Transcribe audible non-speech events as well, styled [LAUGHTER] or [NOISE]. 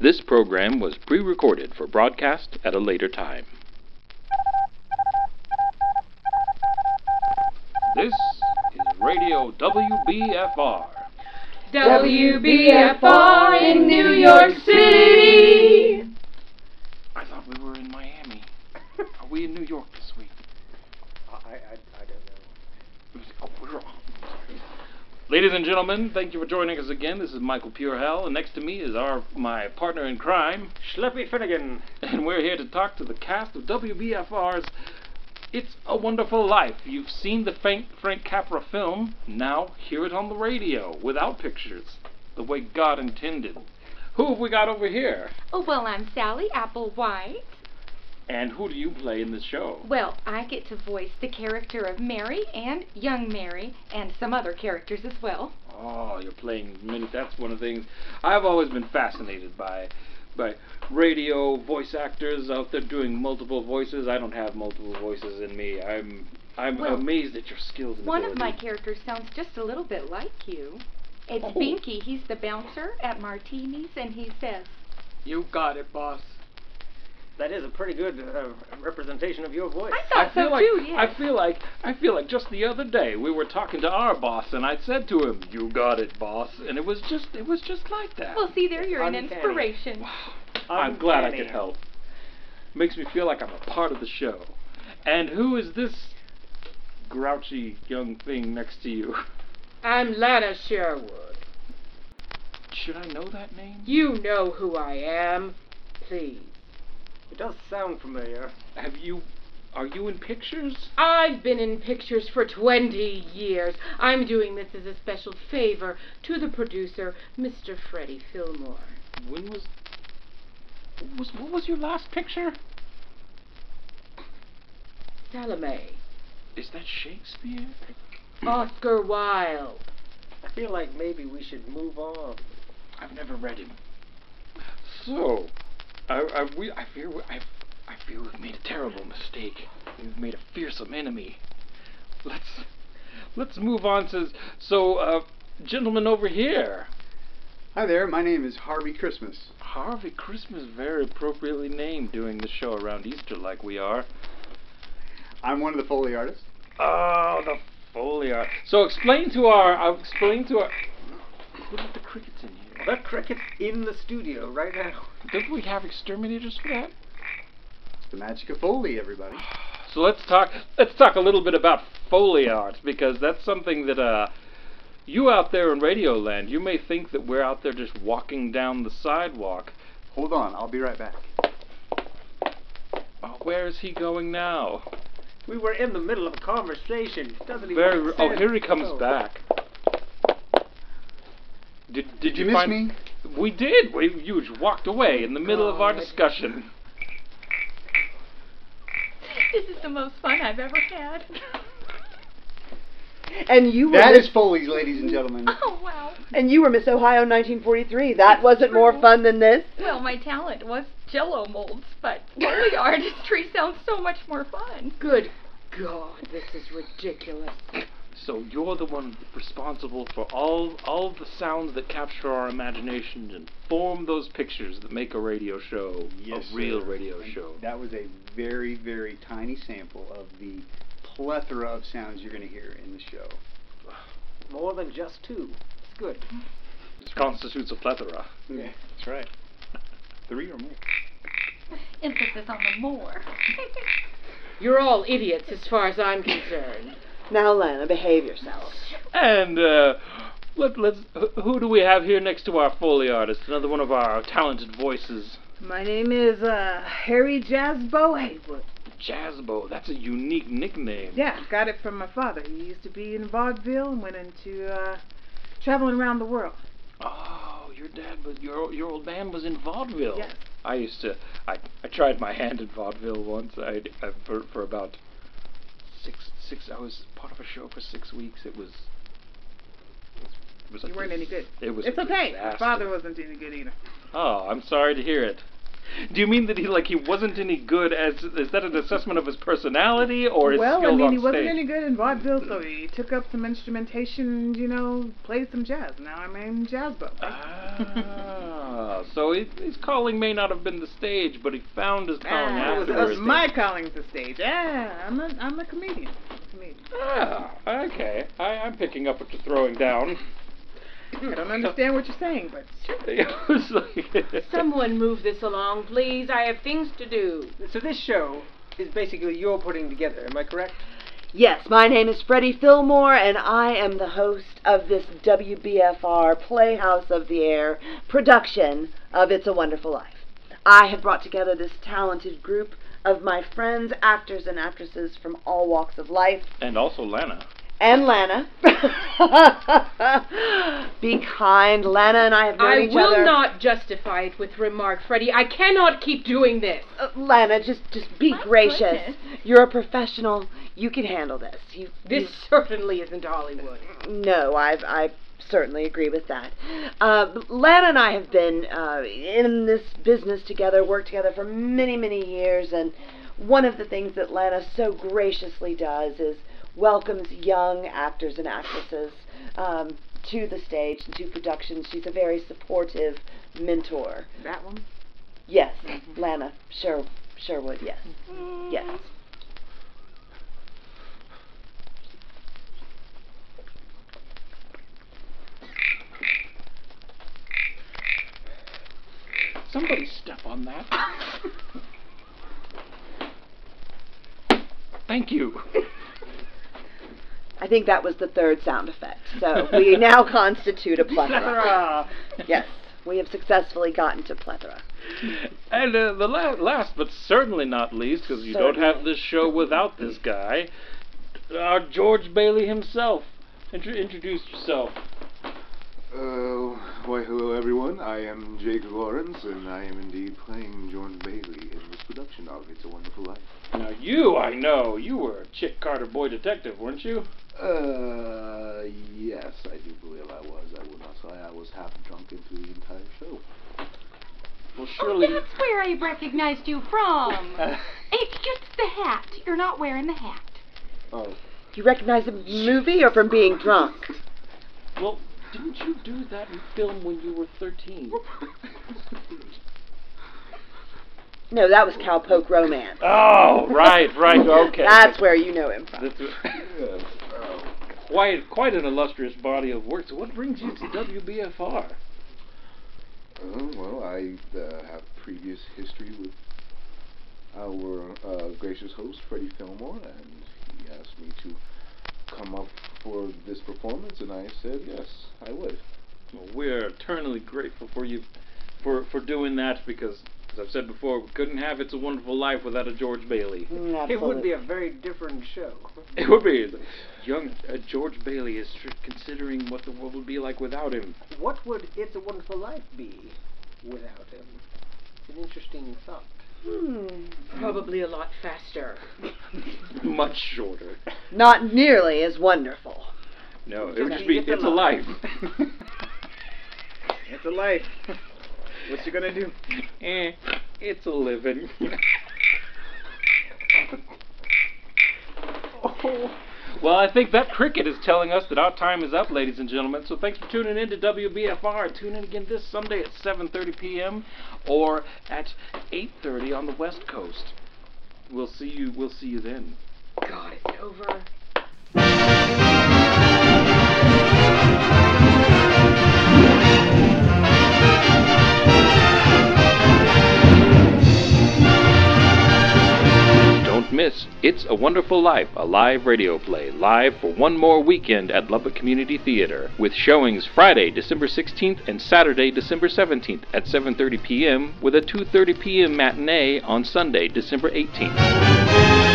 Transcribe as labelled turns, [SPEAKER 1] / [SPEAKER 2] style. [SPEAKER 1] This program was pre recorded for broadcast at a later time. This is Radio WBFR.
[SPEAKER 2] WBFR in New York City.
[SPEAKER 1] I thought we were in Miami. Are we in New York this week?
[SPEAKER 3] I, Uh, I, I don't know.
[SPEAKER 1] Oh, we're on. Ladies and gentlemen, thank you for joining us again. This is Michael Purehell, and next to me is our my partner in crime,
[SPEAKER 3] Schleppy Finnegan.
[SPEAKER 1] and we're here to talk to the cast of WBFR's It's a Wonderful Life. You've seen the Frank, Frank Capra film, now hear it on the radio, without pictures, the way God intended. Who have we got over here?
[SPEAKER 2] Oh, well, I'm Sally Applewhite.
[SPEAKER 1] And who do you play in this show?
[SPEAKER 2] Well, I get to voice the character of Mary and young Mary and some other characters as well.
[SPEAKER 1] Oh, you're playing many. That's one of the things I've always been fascinated by, by radio voice actors out there doing multiple voices. I don't have multiple voices in me. I'm I'm
[SPEAKER 2] Well,
[SPEAKER 1] amazed at your skills. And
[SPEAKER 2] One of my
[SPEAKER 1] ability.
[SPEAKER 2] characters sounds just a little bit like you. It's
[SPEAKER 1] Oh.
[SPEAKER 2] Binky. He's the bouncer at Martini's, and he says,
[SPEAKER 3] You got it, boss. That is a pretty good uh, representation of your voice.
[SPEAKER 2] I thought so
[SPEAKER 1] feel like
[SPEAKER 2] too, yes.
[SPEAKER 1] I feel like I feel like just the other day we were talking to our boss and I said to him, "You got it, boss," and it was just it was just like that.
[SPEAKER 2] well, see, there you're an
[SPEAKER 3] Uncanny.
[SPEAKER 2] inspiration.
[SPEAKER 1] I'm glad I could
[SPEAKER 3] Uncanny.
[SPEAKER 1] help. Makes me feel like I'm a part of the show. And who is this grouchy young thing next to you?
[SPEAKER 4] I'm Lana Sherwood.
[SPEAKER 1] Should I know that name?
[SPEAKER 4] You know who I am. Please.
[SPEAKER 3] It does sound familiar.
[SPEAKER 1] Have you? Are you in pictures?
[SPEAKER 4] I've been in pictures for 20 years. I'm doing this as a special favor to the producer, Mr. Freddie Fillmore.
[SPEAKER 1] When was? What was, what was your last picture?
[SPEAKER 4] Salome.
[SPEAKER 1] Is that Shakespeare?
[SPEAKER 4] Oscar Wilde.
[SPEAKER 3] I feel like maybe we should move on.
[SPEAKER 1] I've never read him. So, I, I, we, I fear we, I, I fear we've made a terrible mistake. We've made a fearsome enemy. Let's let's move on to so uh, gentleman over here.
[SPEAKER 5] Hi there, my name is Harvey Christmas.
[SPEAKER 1] Harvey Christmas, very appropriately named, doing the show around Easter like we are.
[SPEAKER 5] I'm one of the Foley artists.
[SPEAKER 1] Oh, the Foley art. So explain to our, I'll explain to our. Look at the crickets in here.
[SPEAKER 3] The cricket's in the studio right now.
[SPEAKER 1] Don't we have exterminators for that?
[SPEAKER 5] The magic of Foley, everybody.
[SPEAKER 1] So let's talk. Let's talk a little bit about Foley art because that's something that uh, you out there in Radio Land, you may think that we're out there just walking down the sidewalk.
[SPEAKER 5] Hold on, I'll be right back.
[SPEAKER 1] Oh, where is he going now?
[SPEAKER 3] We were in the middle of a conversation. Doesn't even
[SPEAKER 1] Very.
[SPEAKER 3] make
[SPEAKER 1] oh,
[SPEAKER 3] sense.
[SPEAKER 1] here he comes
[SPEAKER 3] No.
[SPEAKER 1] back. Did, did,
[SPEAKER 5] you miss [LAUGHS]
[SPEAKER 1] find
[SPEAKER 5] me?
[SPEAKER 1] We did. We you just walked away in the middle of our
[SPEAKER 3] God.
[SPEAKER 1] discussion.
[SPEAKER 2] This is the most fun I've ever had. [LAUGHS]
[SPEAKER 6] And you were
[SPEAKER 5] That
[SPEAKER 6] Miss,
[SPEAKER 5] is Foley's, ladies and [LAUGHS] gentlemen.
[SPEAKER 2] Oh, wow.
[SPEAKER 6] and you were Miss Ohio 1943. That wasn't more fun than this.
[SPEAKER 2] Well, my talent was jello molds, but
[SPEAKER 4] [LAUGHS]
[SPEAKER 2] Foley artistry sounds so much more fun.
[SPEAKER 4] Good God, this is ridiculous.
[SPEAKER 1] So you're the one responsible for all all the sounds that capture our imagination and form those pictures that make a radio show a real
[SPEAKER 5] sir.
[SPEAKER 1] radio
[SPEAKER 5] And
[SPEAKER 1] show.
[SPEAKER 5] That was a very, very tiny sample of the plethora of sounds you're going to hear in the show.
[SPEAKER 3] More than just two. It's good.
[SPEAKER 1] constitutes a plethora.
[SPEAKER 5] Yeah, that's right. Three or more.
[SPEAKER 2] Emphasis on the more.
[SPEAKER 4] You're all idiots as far as I'm concerned.
[SPEAKER 6] Now, Lana, behave yourself.
[SPEAKER 1] And uh, let let's wh- who do we have here next to our foley artist? Another one of our talented voices,
[SPEAKER 7] My name is uh, Harry Jasbo Haywood.
[SPEAKER 1] Jazbo. That's a unique nickname.
[SPEAKER 7] Yeah, got it from my father. He used to be in vaudeville and went into uh, traveling around the world.
[SPEAKER 1] Oh, your dad was your your old man was in vaudeville.
[SPEAKER 7] Yes.
[SPEAKER 1] I used to. I, I tried my hand at vaudeville once. I, I for, for about six six. I was part of a show for six weeks. It was. It was a
[SPEAKER 7] You weren't any good.
[SPEAKER 1] It was.
[SPEAKER 7] it's
[SPEAKER 1] a
[SPEAKER 7] okay. My
[SPEAKER 1] disaster.
[SPEAKER 7] father wasn't any good either.
[SPEAKER 1] Oh, I'm sorry to hear it. Do you mean that he like he wasn't any good? As is that an assessment of his personality or his
[SPEAKER 7] well, I
[SPEAKER 1] skills
[SPEAKER 7] mean,
[SPEAKER 1] on
[SPEAKER 7] he wasn't
[SPEAKER 1] stage?
[SPEAKER 7] any good in vaudeville, so he took up some instrumentation, you know, played some jazz. Now I'm in Jasbo.
[SPEAKER 1] Ah, out. So it, his calling may not have been the stage, but he found his
[SPEAKER 4] Oh,
[SPEAKER 1] calling
[SPEAKER 7] Ah, that was
[SPEAKER 1] afterwards.
[SPEAKER 7] my calling's the stage. Yeah, I'm a, I'm a comedian. comedian.
[SPEAKER 1] Ah, okay. I, I'm picking up what you're throwing down. [LAUGHS]
[SPEAKER 4] [LAUGHS]
[SPEAKER 7] I don't understand what you're saying, but
[SPEAKER 1] It was like [LAUGHS]
[SPEAKER 4] Someone move this along, please. I have things to do.
[SPEAKER 3] So this show is basically you're putting together. Am I correct?
[SPEAKER 6] Yes, my name is Freddie Fillmore, and I am the host of this WBFR Playhouse of the Air production of It's a Wonderful Life. I have brought together this talented group of my friends, actors, and actresses from all walks of life.
[SPEAKER 1] And also Lana.
[SPEAKER 6] and Lana. [LAUGHS] Be kind, Lana and I have known
[SPEAKER 4] I
[SPEAKER 6] each
[SPEAKER 4] will
[SPEAKER 6] other.
[SPEAKER 4] not justify it with remark, Freddie. I cannot keep doing this.
[SPEAKER 6] Uh, Lana, just just be
[SPEAKER 2] My
[SPEAKER 6] gracious.
[SPEAKER 2] goodness.
[SPEAKER 6] You're a professional. You can handle this. You
[SPEAKER 4] This certainly isn't Hollywood.
[SPEAKER 6] you- no, I I certainly agree with that. Uh, Lana and I have been uh, in this business together, worked together for many many years, and one of the things that Lana so graciously does is welcomes young actors and actresses um, to the stage and to production. She's a very supportive mentor.
[SPEAKER 7] that one.
[SPEAKER 6] Yes, Lana Sher- Sherwood. Yes, yes.
[SPEAKER 1] Somebody step on that.
[SPEAKER 7] [LAUGHS]
[SPEAKER 1] Thank you.
[SPEAKER 6] I think that was the third sound effect. So we now constitute a plethora.
[SPEAKER 1] [LAUGHS]
[SPEAKER 3] Plethora.
[SPEAKER 6] Yes, we have successfully gotten to plethora.
[SPEAKER 1] And uh, the la- last but certainly not least, because you don't have
[SPEAKER 6] Certainly.
[SPEAKER 1] this show without this guy, uh, George Bailey himself. Intr- introduce yourself.
[SPEAKER 8] Uh, why, hello everyone. I am Jake Lawrence, and I am indeed playing George Bailey in this production of It's a Wonderful Life.
[SPEAKER 1] Now you, I know, you were a Chick Carter boy detective, weren't you?
[SPEAKER 8] Uh, yes, I do believe I was. I will not lie, I was half drunken through the entire show.
[SPEAKER 1] Well,
[SPEAKER 2] Oh,
[SPEAKER 1] surely.
[SPEAKER 2] that's where I recognized you
[SPEAKER 4] [LAUGHS]
[SPEAKER 2] from. it's just the hat. You're not wearing the hat.
[SPEAKER 8] Oh,
[SPEAKER 6] You recognize the movie or from being drunk?
[SPEAKER 1] Well, didn't you do that in film when you were 13?
[SPEAKER 6] No, that was Cowpoke Romance.
[SPEAKER 1] oh, right, right, okay.
[SPEAKER 6] That's where you know him from.
[SPEAKER 1] That's right.
[SPEAKER 8] yes. Oh.
[SPEAKER 1] quite quite an illustrious body of work. So what brings you to WBFR?
[SPEAKER 8] Oh, well, I uh, have previous history with our uh, gracious host, Freddie Fillmore, and he asked me to come up for this performance, and I said yes,
[SPEAKER 1] [LAUGHS]
[SPEAKER 8] I would.
[SPEAKER 1] Well, we're eternally grateful for you for for doing that because as I've said before, we couldn't have It's a Wonderful Life without a George Bailey. [LAUGHS]
[SPEAKER 6] Mm,
[SPEAKER 3] It would be
[SPEAKER 6] absolutely.
[SPEAKER 3] a very different show.
[SPEAKER 1] It would be young uh, George Bailey is tr- considering what the world would be like without him.
[SPEAKER 3] What would It's a Wonderful Life be without him? It's an interesting thought.
[SPEAKER 6] Hmm.
[SPEAKER 4] Probably a lot faster.
[SPEAKER 1] Much shorter.
[SPEAKER 6] Not nearly as wonderful.
[SPEAKER 1] No, it would
[SPEAKER 3] Just
[SPEAKER 1] just be
[SPEAKER 3] it's
[SPEAKER 1] It's a
[SPEAKER 3] alive.
[SPEAKER 1] Life.
[SPEAKER 7] [LAUGHS] It's a life. What you gonna do?
[SPEAKER 1] eh, it's a living. [LAUGHS] Oh. Well, I think that cricket is telling us that our time is up, ladies and gentlemen. So thanks for tuning in to WBFR. Tune in again this Sunday at 7:30 p.m. or at 8:30 on the West Coast. We'll see you. We'll see you then.
[SPEAKER 4] God, it's over.
[SPEAKER 1] Don't miss It's a Wonderful Life, a live radio play, live for one more weekend at Lubbock Community Theater, with showings Friday, December 16th and Saturday, December 17th at 7:30 p.m. with a 2:30 p.m. matinee on Sunday, December 18th.